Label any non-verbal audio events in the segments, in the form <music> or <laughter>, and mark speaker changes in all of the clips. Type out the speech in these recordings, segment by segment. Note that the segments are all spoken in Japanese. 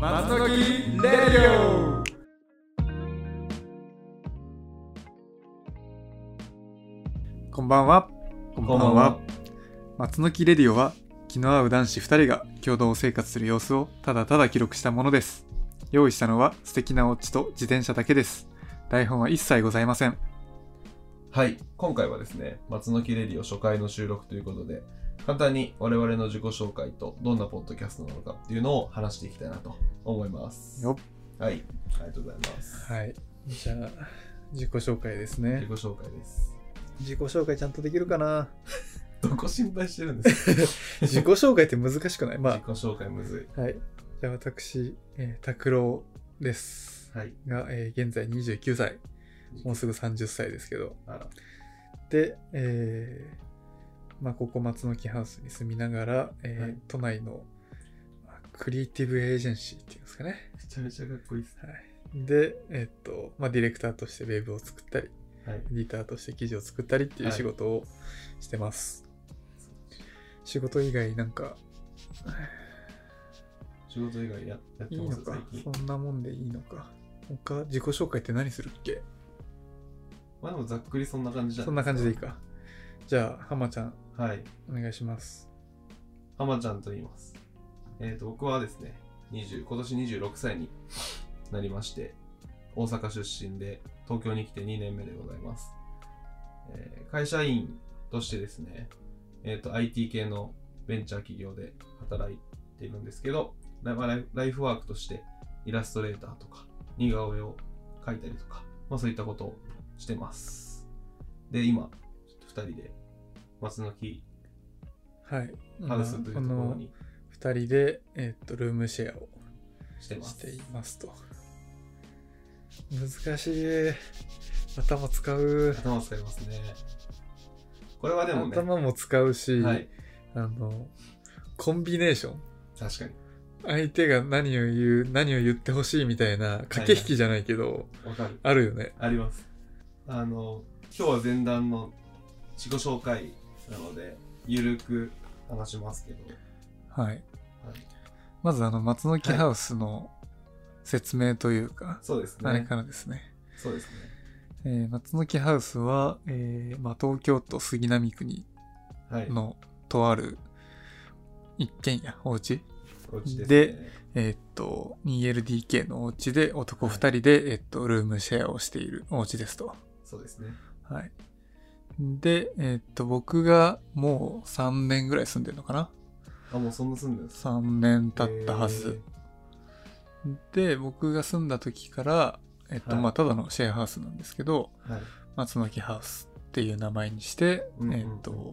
Speaker 1: 松の木レディオこんばんはこん
Speaker 2: ばんは
Speaker 1: 松の木レディオは気の合う男子2人が共同生活する様子をただただ記録したものです用意したのは素敵なオチと自転車だけです台本は一切ございません
Speaker 2: はい、今回はですね、松の木レディオ初回の収録ということで、簡単に我々の自己紹介とどんなポッドキャストなのかっていうのを話していきたいなと思います。
Speaker 1: よ
Speaker 2: はい、ありがとうございます。
Speaker 1: はいじゃあ自己紹介です
Speaker 2: 自
Speaker 1: ね
Speaker 2: 己紹介です。
Speaker 1: 自己紹介ちゃんとできるかな
Speaker 2: どこ心配してるんですか
Speaker 1: 自己紹介って難しくないま
Speaker 2: 自己紹介むず
Speaker 1: はい。じゃあ私、えー、拓郎です。
Speaker 2: い。はい。
Speaker 1: が、えー現在29歳。もうすぐ30歳ですけど。
Speaker 2: あら、
Speaker 1: で、えーまあ、ここ松の木ハウスに住みながら、えー
Speaker 2: はい
Speaker 1: 都内のまあクリエイティブエージェンシーっていうんですかね。
Speaker 2: めちゃめちゃかっこいいっす。
Speaker 1: はい。で、えっと、まあ、ディレクターとしてウェブを作ったり、
Speaker 2: はい。
Speaker 1: エディターとして記事を作ったりっていう仕事をしてます。仕事以外なんか、
Speaker 2: 仕事以外ややって
Speaker 1: いい
Speaker 2: ま
Speaker 1: の
Speaker 2: す、
Speaker 1: か
Speaker 2: 最。近。
Speaker 1: そんなもんでいいのか。他、自己紹介って何するっけ
Speaker 2: まあでもざっくりそんな感じじゃ
Speaker 1: そんな感じでいいか。じゃあ、浜ちゃん、
Speaker 2: はい。
Speaker 1: お願いします。
Speaker 2: ハマちゃんと言います。えっ、と、僕はですね、20今年26歳になりまして、大阪出身で、東京に来て2年目でございます。えー会社員としてですね、えっ、と、IT 系のベンチャー企業で働いているんですけど、ライまあライフライフワークとして、イラストレーターとか、似顔絵を描いたりとか、まあそういったことをしてます。で、今、2人で、松の木
Speaker 1: はい。
Speaker 2: ハウスというところに
Speaker 1: 2人で、えっと、ルームシェアを
Speaker 2: してま
Speaker 1: し
Speaker 2: す。
Speaker 1: ていますと。難しい。頭使う。
Speaker 2: 頭を使いますね。これはでもね、
Speaker 1: 頭も使うし、
Speaker 2: はい、
Speaker 1: あの、コンビネーション。
Speaker 2: 確かに。
Speaker 1: 相手が何を言う、何を言ってほしいみたいな駆け引きじゃないけど、
Speaker 2: わかる。
Speaker 1: あるよね。
Speaker 2: あります。あの、今日は前段の自己紹介なので、ゆるく話しますけど、
Speaker 1: はい。
Speaker 2: はい、
Speaker 1: まず、あの、松の木ハウスの説明というか、
Speaker 2: そうです
Speaker 1: あれ
Speaker 2: ね。
Speaker 1: からですね。
Speaker 2: そうですね。
Speaker 1: えー松の木ハウスは、えーまあ、東京都杉並区に
Speaker 2: はい。
Speaker 1: のとある一軒家お家
Speaker 2: お家ですね
Speaker 1: でえーっと 2LDK のお家で男2人で、えーっとルームシェアをしているお家ですと
Speaker 2: そうですね。
Speaker 1: はいでえーっと僕がもう3年ぐらい住んでるのかな
Speaker 2: あ、もうそんな住んでるんです
Speaker 1: 3年経ったはず、。で僕が住んだ時からえーっと、
Speaker 2: はい
Speaker 1: まあただのシェアハウスなんですけど
Speaker 2: えーはい。
Speaker 1: 松の木ハウスっていう名前にして、
Speaker 2: うんうん
Speaker 1: えーっと、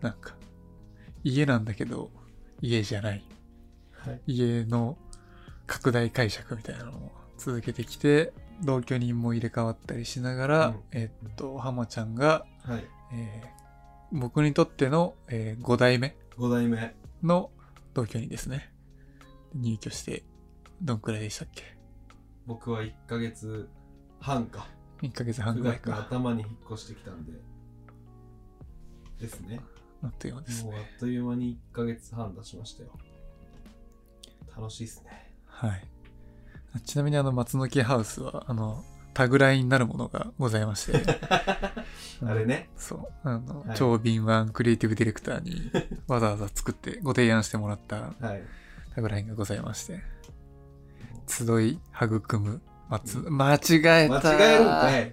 Speaker 1: なんか、家なんだけど、家じゃない。
Speaker 2: はい。
Speaker 1: 家の拡大解釈みたいなのを続けてきて、同居人も入れ替わったりしながら、
Speaker 2: うん
Speaker 1: えっと、浜ちゃんが、
Speaker 2: はい。
Speaker 1: えー僕にとっての、え5代目
Speaker 2: 5代目。
Speaker 1: の同居人ですね。入居して、どんくらいでしたっけ
Speaker 2: 僕は1ヶ月半か。
Speaker 1: ?1 ヶ月半
Speaker 2: 9
Speaker 1: くらい
Speaker 2: 月の
Speaker 1: か。
Speaker 2: 頭に引っ越してきたんで。ですね。
Speaker 1: なっていうです
Speaker 2: もうあ
Speaker 1: ね。
Speaker 2: っという間に1ヶ月半出しましたよ。楽しいっすね。
Speaker 1: はい。あちなみにあの、松の木ハウスは、あの、タグラインになるものがございまして。
Speaker 2: <laughs> あれね。
Speaker 1: そう。あの、
Speaker 2: はい
Speaker 1: 超敏腕クリエイティブディレクターにわざわざ作ってご提案してもらった
Speaker 2: はい。
Speaker 1: タグラインがございまして。集い、育む、松、間違えた
Speaker 2: 間違えるん
Speaker 1: は
Speaker 2: か
Speaker 1: い。
Speaker 2: い。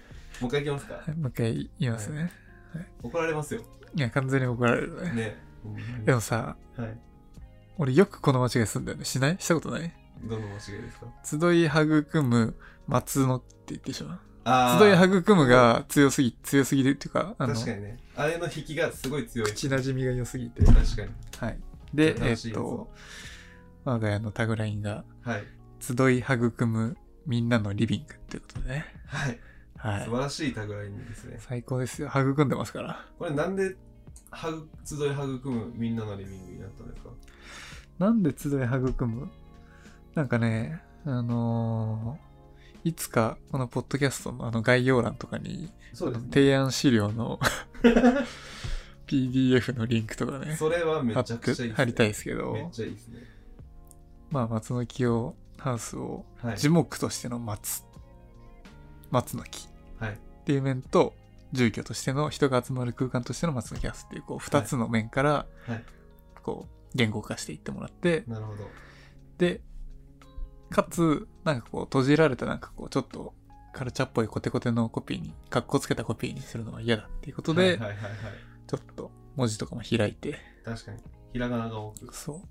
Speaker 2: <laughs> もう一回いきますか。
Speaker 1: もう一回言いますね。い、
Speaker 2: 怒られますよ。
Speaker 1: や、完全に怒られるね。
Speaker 2: ね。
Speaker 1: でもさ、
Speaker 2: はい。
Speaker 1: 俺よくこの間違いするんだよね。しないしたことない
Speaker 2: どの間違いですか
Speaker 1: 集い、育む、松のって言ってしまう。
Speaker 2: あ
Speaker 1: 集い、
Speaker 2: ー
Speaker 1: 育むが強すぎ、強すぎるっていうか、あの、
Speaker 2: 確かにね。あれの引きがすごい強い。
Speaker 1: 口なじみが良すぎて。
Speaker 2: 確かに。
Speaker 1: はい。で、え
Speaker 2: 楽し
Speaker 1: っ
Speaker 2: いやつ
Speaker 1: と
Speaker 2: を、
Speaker 1: 我が家のタグラインが、
Speaker 2: はい。
Speaker 1: 集い育むみんなのリビングってことでね。
Speaker 2: はい。
Speaker 1: は
Speaker 2: 素
Speaker 1: い。
Speaker 2: 晴らしいタグラインですね。
Speaker 1: 最高ですよ。育んでますから。
Speaker 2: これなんで、はぐ集い育むみんなのリビングになったんですか
Speaker 1: なんで集い育むなんかね、あのーいつかこのポッドキャストのあの概要欄とかに、
Speaker 2: そうですね。
Speaker 1: 提案資料
Speaker 2: <laughs>
Speaker 1: の <laughs> PDF のリンクとかね、
Speaker 2: それはめ
Speaker 1: 貼
Speaker 2: ちゃ
Speaker 1: っ
Speaker 2: くちゃいい
Speaker 1: て
Speaker 2: っすね。
Speaker 1: 貼りたいですけ
Speaker 2: めっ
Speaker 1: ど、
Speaker 2: ちゃいいですね。
Speaker 1: まあ、松の木を、ハウスを
Speaker 2: はい。
Speaker 1: 樹木としての松、松の木っ
Speaker 2: はい。
Speaker 1: ていう面と、住居としての人が集まる空間としての松の木ハウスっていう、こう、二つの面から
Speaker 2: はい、
Speaker 1: こう、言語化していってもらって、
Speaker 2: なるほど。
Speaker 1: で、かつ、なんかこう、閉じられたなんかこう、ちょっと、カルチャーっぽいコテコテのコピーに、格好つけたコピーにするのは嫌だっていうことで、
Speaker 2: はいはいはいはい。
Speaker 1: ちょっと文字とかも開いて、
Speaker 2: 確かに。ひらがなが多く
Speaker 1: そ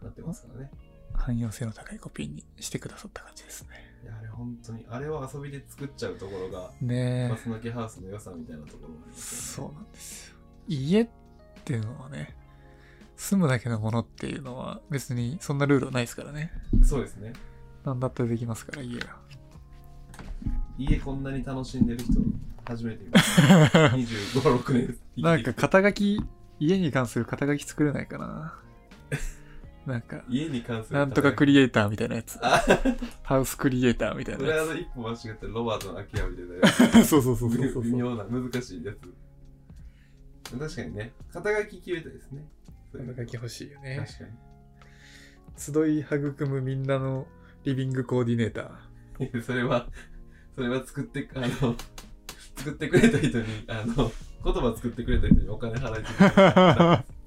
Speaker 1: う、
Speaker 2: なってますからね。
Speaker 1: 汎用性の高いコピーにしてくださった感じですね。
Speaker 2: いや、あれ本当に、あれは遊びで作っちゃうところが、
Speaker 1: ね
Speaker 2: バスの木ハウスの良さみたいなところがあり
Speaker 1: え、
Speaker 2: ます
Speaker 1: そ
Speaker 2: よ
Speaker 1: う
Speaker 2: ね。
Speaker 1: なんですよ。家っていうのはね、住むだけのものっていうのは別にそんなルールはないですからね。
Speaker 2: そう。そうですね。
Speaker 1: 何だってできますから、家が。
Speaker 2: 家こんなに楽しんでる人、初めて見ました。25、6年。
Speaker 1: なんか肩書き、家に関する肩書き作れないかな。なんか、
Speaker 2: 家に関する。
Speaker 1: なんとかク
Speaker 2: リ
Speaker 1: リエイターみたいなやつ。
Speaker 2: あ、
Speaker 1: ハウスクリエイターみたい
Speaker 2: こ
Speaker 1: な
Speaker 2: れあ
Speaker 1: や
Speaker 2: の一歩間違ってロバートの秋山みたいな。
Speaker 1: つ。 <laughs> そうそうそうそうそう
Speaker 2: 微妙な、難しいやつ。確かにね、肩書き決めたいですね。
Speaker 1: 肩書き欲しいよね。
Speaker 2: 確か
Speaker 1: 集い育むみんなのリビングコーディネーター。
Speaker 2: にい <laughs> や。それは、それは作って、あの、 <laughs> 作ってくれた人に、あの、言葉作ってくれた人にお金払いて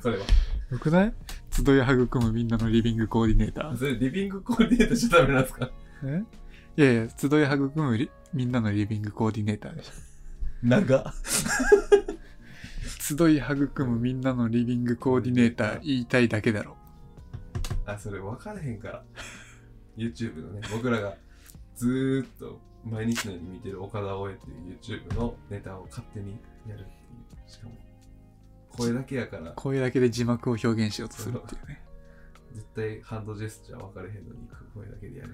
Speaker 2: そ <laughs> れは。
Speaker 1: よくない集い育むみんなのリビングコーディネーター。
Speaker 2: それ、リビングコーディネートしちゃダメなんですか
Speaker 1: えいやいや、集い育むリみんなのリビングコーディネーターでしょ。 <laughs>
Speaker 2: 長っ。
Speaker 1: 集い育むみんなのリビングコーディネーター言いたいだけだろ。
Speaker 2: あ、それ分からへんから。YouTube のね、僕らがずーっと毎日のように見てる岡田大江っていう YouTube のネタを勝手にやるっていう。しかも、声だけやから、
Speaker 1: 声だけで字幕を表現しようとするっていうね。
Speaker 2: 絶対ハンドジェスチャー分からへんのに、声だけでやる。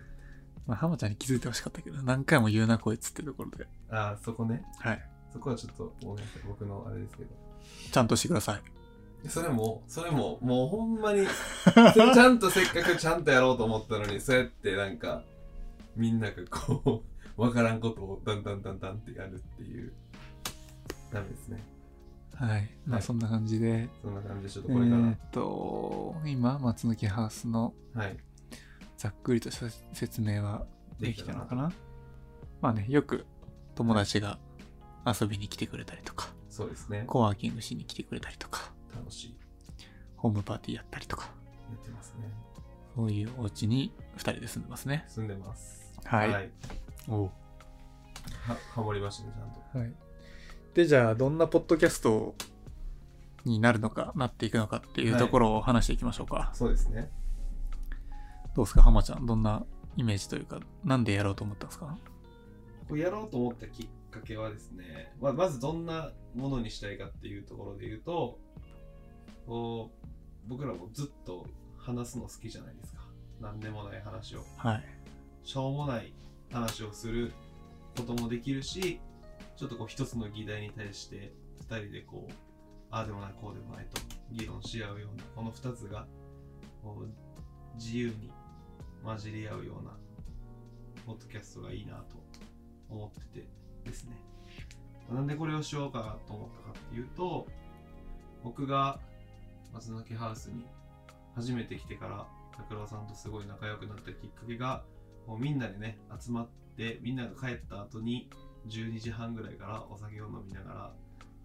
Speaker 1: まあ、浜ちゃんに気づいてほしかったけど、何回も言うな、こいつってところで。
Speaker 2: あー、そこね。
Speaker 1: はい。
Speaker 2: そこはちょっと、ごめんなさい。僕のあれですけど。
Speaker 1: ちゃんとしてください。
Speaker 2: それも、それ <laughs> も、もうほんまに、それちゃんとせっかくちゃんとやろうと思ったのに、そうやってなんか、みんながこう、 <laughs> わからんことをだんだんだんだんってやるっていう、ダメですね。
Speaker 1: はい。ま
Speaker 2: は
Speaker 1: あ、
Speaker 2: い
Speaker 1: そんな感じで。
Speaker 2: そんな感じで、ちょっと
Speaker 1: え
Speaker 2: これから、
Speaker 1: ーっと、今、松の木ハウスの
Speaker 2: はい、
Speaker 1: ざっくりとした説明はできたのかな
Speaker 2: で
Speaker 1: まあね、よく友達が遊びに来てくれたりとか、
Speaker 2: そうですね。
Speaker 1: コワーキングしに来てくれたりとか、
Speaker 2: 楽しい。
Speaker 1: ホームパーティーやったりとか、
Speaker 2: やってますね。
Speaker 1: そういうお家に2人で住んでますね。
Speaker 2: 住んでます。
Speaker 1: はい
Speaker 2: はい、
Speaker 1: お
Speaker 2: は、ハモりましたね、ちゃんと。
Speaker 1: はい。で、じゃあ、どんなポッドキャストになるのか、なっていくのかっていうところを話していきましょうか。
Speaker 2: そうですね。
Speaker 1: どうですか、浜ちゃん。どんなイメージというか、なんでやろうと思ったんですか
Speaker 2: これやろうと思ったきっかけはですね、まあ、まずどんなものにしたいかっていうところで言うとこう僕らもずっと話すの好きじゃないですか何でもない話を
Speaker 1: はい。
Speaker 2: しょうもない話をすることもできるしちょっとこう一つの議題に対して2人でこうああでもないこうでもないと議論し合うようなこの2つがこう自由に混じり合うようなポッドキャストがいいなと思っててですねなんでこれをしようかなと思ったかっていうと僕が松の木ハウスに初めて来てから拓郎さんとすごい仲良くなったきっかけがもうみんなでね集まってみんなが帰った後に12時半ぐらいからお酒を飲みながら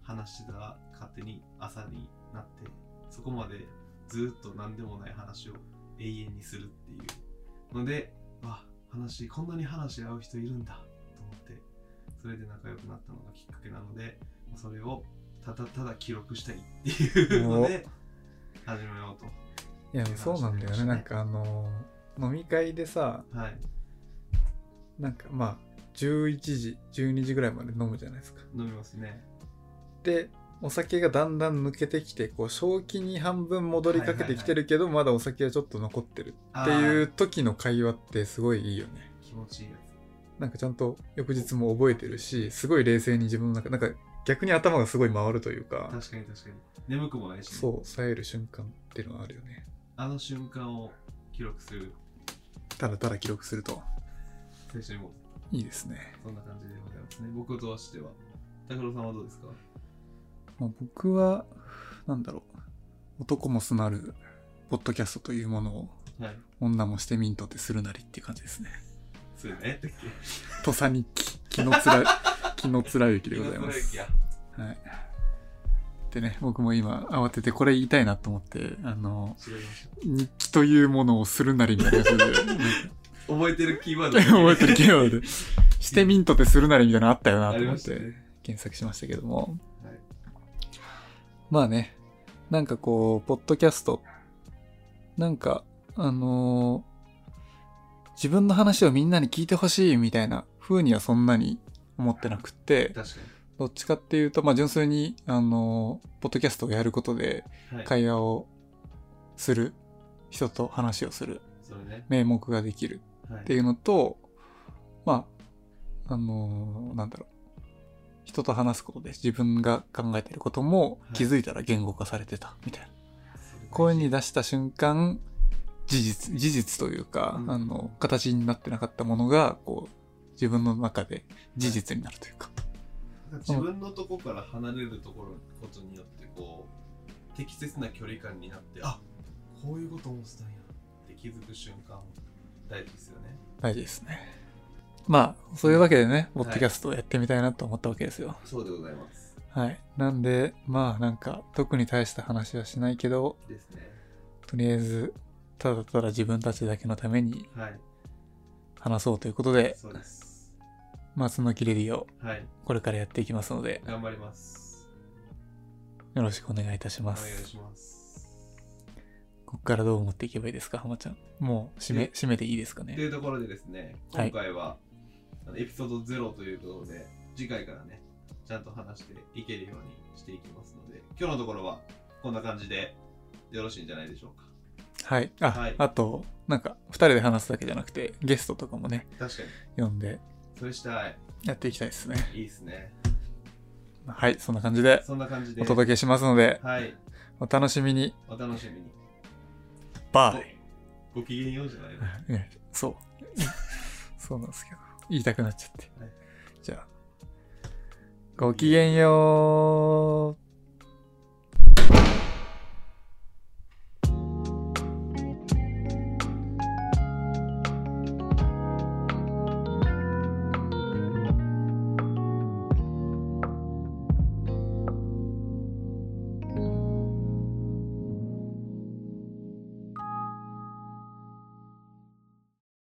Speaker 2: 話してたら勝手に朝になってそこまでずっと何でもない話を永遠にするっていうのであ話こんなに話し合う人いるんだと思ってそれで仲良くなったのがきっかけなのでそれをただただ記録したいっていうので始めようと
Speaker 1: いや
Speaker 2: ていう話
Speaker 1: そうなんだよね
Speaker 2: に
Speaker 1: な
Speaker 2: なり
Speaker 1: ん
Speaker 2: まし
Speaker 1: かあの飲み会でさ
Speaker 2: はい
Speaker 1: なんかまあ11時12時ぐらいまで飲むじゃないですか
Speaker 2: 飲みますね
Speaker 1: でお酒がだんだん抜けてきてこう正気に半分戻りかけてきてるけど、まだお酒はちょっと残ってる
Speaker 2: あ
Speaker 1: って
Speaker 2: ー
Speaker 1: いう時の会話ってすごいいいよね
Speaker 2: 気持ちいいやつ
Speaker 1: なんかちゃんと翌日も覚えてるしすごい冷静に自分の中なんか逆に頭がすごい回るというか
Speaker 2: 確かに確かに眠くもないしね、
Speaker 1: そう冴える瞬間っていうのはあるよね
Speaker 2: あの瞬間を記録する
Speaker 1: ただただ記録すると
Speaker 2: 青春も
Speaker 1: いいですね
Speaker 2: そんな感じでございますね僕としては拓郎さんはどうですか
Speaker 1: まあ、僕は、なんだろう、男もすなる、ポッドキャストというものを
Speaker 2: はい。
Speaker 1: 女もしてミントってするなりっていう感じです <laughs> ね。
Speaker 2: するね。
Speaker 1: 土佐日記、気のつら、気のつらゆきでございま
Speaker 2: 今貫之
Speaker 1: す。
Speaker 2: や
Speaker 1: はい。でね、僕も今慌ててこれ言いたいなと思って、あの、
Speaker 2: 違いまし
Speaker 1: 日記というものをするなりみたいな感じで、
Speaker 2: <laughs> た覚えてるキーワー
Speaker 1: <laughs>
Speaker 2: ド。
Speaker 1: 覚えてるキーワードで、してミントってするなりみたいなのあったよな
Speaker 2: あ
Speaker 1: と
Speaker 2: り
Speaker 1: 思
Speaker 2: ま
Speaker 1: っ
Speaker 2: した
Speaker 1: て
Speaker 2: ね。
Speaker 1: 検索しましたけども、
Speaker 2: はい
Speaker 1: まあね、なんかこう、ポッドキャスト、なんか、あのー自分の話をみんなに聞いてほしいみたいな風にはそんなに思ってなくって、
Speaker 2: 確か
Speaker 1: どっちかっていうと、まあ純粋に、あのーポッドキャストをやることで
Speaker 2: に。はい。
Speaker 1: 会話をする、人と話をする、
Speaker 2: それね。
Speaker 1: 名目ができる
Speaker 2: は
Speaker 1: って
Speaker 2: い。
Speaker 1: いうのと、まあ、あのーなんだろう。人と話すことで自分が考えてることも
Speaker 2: はい
Speaker 1: 気づいたら言語化されてたみたいな。声に出した瞬間、事実、事実というか、
Speaker 2: うん
Speaker 1: あの、形になってなかったものが、こう、自分の中で事実になるというか。
Speaker 2: 自分のとこから離れるところことによってこう適切な距離感になってあこういうこともしたんやって気づく瞬間大事ですよね
Speaker 1: 大事ですね。まあ、そういうわけでね、ポッドキャストをやってみたいなと思ったわけですよ。
Speaker 2: そうでございます
Speaker 1: はい。なんで、まあなんか、特に大した話はしないけど、
Speaker 2: ですね
Speaker 1: とりあえずただただ自分たちだけのために
Speaker 2: はい
Speaker 1: 話そうということで
Speaker 2: そうです
Speaker 1: 松の木レディを
Speaker 2: はい
Speaker 1: これからやっていきますので
Speaker 2: 頑張ります
Speaker 1: よろしくお願いいたし
Speaker 2: お
Speaker 1: ま
Speaker 2: 願い
Speaker 1: す
Speaker 2: します
Speaker 1: ここからどう持っていけばいいですか浜ちゃんもう締め
Speaker 2: え
Speaker 1: 締めていいですか
Speaker 2: と
Speaker 1: ね
Speaker 2: いうところでですね
Speaker 1: は
Speaker 2: 今
Speaker 1: い
Speaker 2: 回は、あのエピソード0ということで次回からねちゃんと話していけるようにしていきますので今日のところはこんな感じでよろしいんじゃないでしょうか
Speaker 1: はいあ、
Speaker 2: はい
Speaker 1: あとなんか2人で話すだけじゃなくてゲストとかもね
Speaker 2: 確かに
Speaker 1: 呼んで
Speaker 2: それしたい
Speaker 1: やっていきたいですね
Speaker 2: いいですね
Speaker 1: はいそんな感じで
Speaker 2: そんな感じで
Speaker 1: お届けしますので
Speaker 2: はい
Speaker 1: お楽しみに
Speaker 2: お楽しみに
Speaker 1: バイ
Speaker 2: ごきげんようじゃない
Speaker 1: <laughs>
Speaker 2: の
Speaker 1: ねそうそうなんですけど言いたくなっちゃって、
Speaker 2: はい
Speaker 1: じゃあごきげんよう